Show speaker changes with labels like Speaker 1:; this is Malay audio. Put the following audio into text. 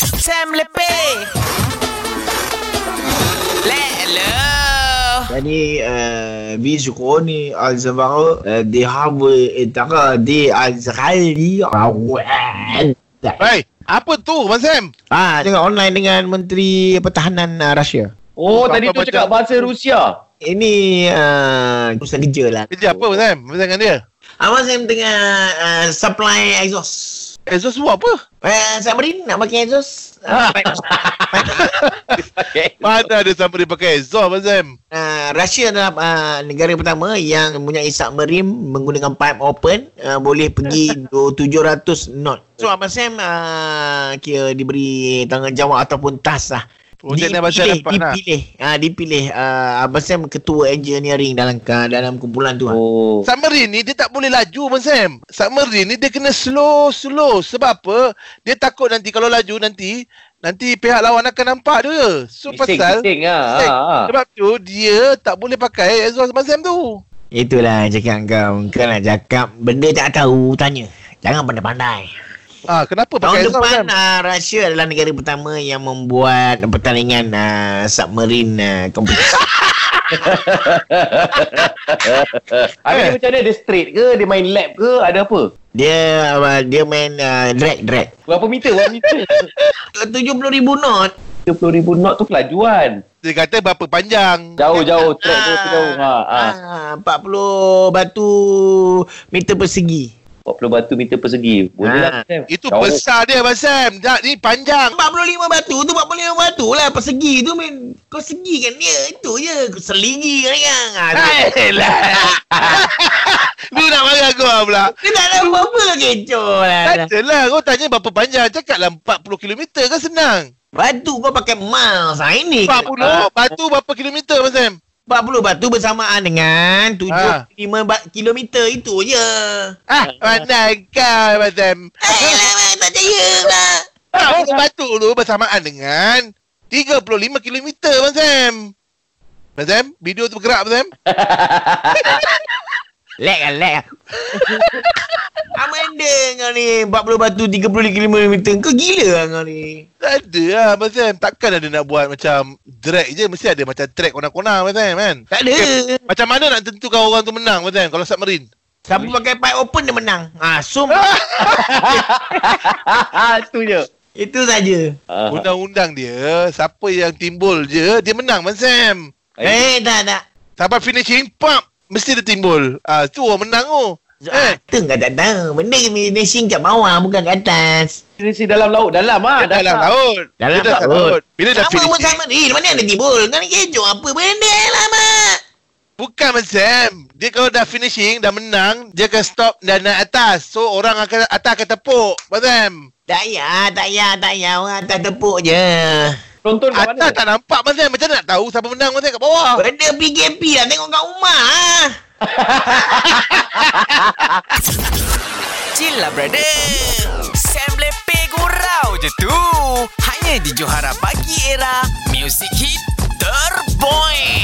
Speaker 1: macam lepeh. Lelo.
Speaker 2: يعني آه بيجروني على الزمر آه، دي هاوي ترى دي على الزغالي روان.
Speaker 3: Baik. Apa tu, Abang Sam?
Speaker 2: Ah, tengok online dengan Menteri Pertahanan uh, Rusia.
Speaker 4: Oh
Speaker 3: Kau-
Speaker 4: tadi
Speaker 3: kau
Speaker 4: tu
Speaker 3: baca-
Speaker 4: cakap bahasa Rusia.
Speaker 2: Ini uh, urusan kerja lah.
Speaker 3: Kerja apa, Abang Sam? Abang Sam dengan dia?
Speaker 2: Abang Sam tengah uh, supply exhaust.
Speaker 3: Exhaust buat apa?
Speaker 2: Uh, Sabrin nak pakai exhaust?
Speaker 4: Ha.
Speaker 2: Uh,
Speaker 4: Okay.
Speaker 3: Mana ada sampai dia pakai exhaust, Abang Sam?
Speaker 2: Uh, Rusia adalah uh, negara pertama yang mempunyai submarine menggunakan pipe open uh, boleh pergi do- 700 knot. So Abang Sam uh, kira diberi tanggungjawab ataupun tas lah.
Speaker 3: Oh, macam mana Abang Sam dapat nak?
Speaker 2: dipilih, ah dipilih. Uh, Abang Sam ketua engineering dalam ka, dalam kumpulan tu. Oh.
Speaker 4: Oh.
Speaker 3: Submarine ni dia tak boleh laju Abang Sam. Submarine ni dia kena slow-slow. Sebab apa? Dia takut nanti kalau laju nanti, nanti pihak lawan akan nampak dia. So pasal,
Speaker 4: Bising-bising lah.
Speaker 3: Bising.
Speaker 4: Ha, ha.
Speaker 3: sebab tu dia tak boleh pakai exhaust Abang Sam tu.
Speaker 2: Itulah cakap kau. Kau nak cakap benda tak tahu tanya. Jangan pandai-pandai.
Speaker 3: Ah, kenapa
Speaker 2: Tahun
Speaker 3: pakai exhaust Abang
Speaker 2: depan
Speaker 3: Sam?
Speaker 2: uh, Rusia adalah negara pertama yang membuat pertandingan uh, submarine uh, kompetisi.
Speaker 4: Habis dia
Speaker 3: Eh.
Speaker 4: macam mana? Dia straight ke? Dia main lap ke? Ada apa?
Speaker 2: Dia uh, dia main uh, drag drag.
Speaker 4: Berapa meter? Berapa meter?
Speaker 2: 70,000 knot.
Speaker 4: 30,000 knot tu kelajuan.
Speaker 3: Dia kata berapa panjang.
Speaker 4: Jauh-jauh. Track tu tu jauh. Ha, ha.
Speaker 2: Ah, 40 batu meter persegi.
Speaker 4: 40 batu meter persegi. Boleh
Speaker 2: Ha.
Speaker 4: lah. Sam.
Speaker 3: Ah. Itu
Speaker 4: Jauh.
Speaker 3: besar dia Abang Sam. Tak, ni panjang.
Speaker 2: 45 batu tu 45 batu lah persegi tu main kau segikan dia itu je kau selingi kan kan. Ah, tu-
Speaker 3: Lu nak marah kau pula.
Speaker 2: Dia tak ada apa-apa lah kecoh lah.
Speaker 3: Tak adalah. Kau tanya berapa panjang. lah, Cakaplah 40 km kan senang.
Speaker 2: Batu kau pakai miles. Ha, ini
Speaker 3: 40 batu berapa kilometer Abang Sam?
Speaker 2: 40 batu bersamaan dengan 75 ba- kilometer itu je.
Speaker 3: Ah, mana kau Abang Sam?
Speaker 2: Eh, lah, lah, tak percaya lah.
Speaker 3: 40 batu tu bersamaan dengan 35 km Abang Sam. Abang Sam, video tu bergerak Abang Sam.
Speaker 2: Lag
Speaker 3: kan,
Speaker 2: lah, lag lah. Amanda kau ni 40 batu 35 kilometer Kau gila lah kau ni
Speaker 3: Tak ada lah Abang Sam. Takkan ada nak buat macam drag je. Mesti ada macam track kona-kona Abang Sam kan?
Speaker 2: Tak ada
Speaker 3: Macam mana nak tentukan orang tu menang Abang Sam kalau submarine?
Speaker 2: Siapa pakai pipe open dia menang ha, So
Speaker 4: Ha, tu je.
Speaker 2: itu saja.
Speaker 4: Ha.
Speaker 3: Undang-undang dia, siapa yang timbul je, dia menang Abang Sam.
Speaker 2: Eh tak tak
Speaker 3: Sampai finishing pump, mesti dia timbul. Ah, tu orang menang tu. Oh.
Speaker 2: Ah,
Speaker 3: Eh.
Speaker 2: tu kau tak tahu Benda imagination kat bawah Bukan kat atas
Speaker 4: Finishing dalam laut. Dalam ah.
Speaker 3: Dia dalam laut.
Speaker 2: Dalam
Speaker 3: dia dalam
Speaker 2: laut.
Speaker 3: laut. Bila dah
Speaker 2: Apa pun
Speaker 3: finishing,
Speaker 2: sama Eh mana ada tibul Kau ni kecoh apa benda lah mak
Speaker 3: Bukan Abang Sam. Dia kalau dah finishing, dah menang, dia akan stop dan naik atas. So orang akan atas akan tepuk. Abang Sam.
Speaker 2: Tak payah, tak payah, tak payah. Orang atas tepuk je.
Speaker 4: Penonton kat mana?
Speaker 3: Atas tak nampak Abang Sam. Macam mana nak tahu siapa menang Abang Sam kat bawah?
Speaker 2: Benda PKP lah tengok kat rumah. ah.
Speaker 1: Chill lah brother Sam lepeh gurau je tu Hanya di Johara Pagi Era Music Hit Terpoint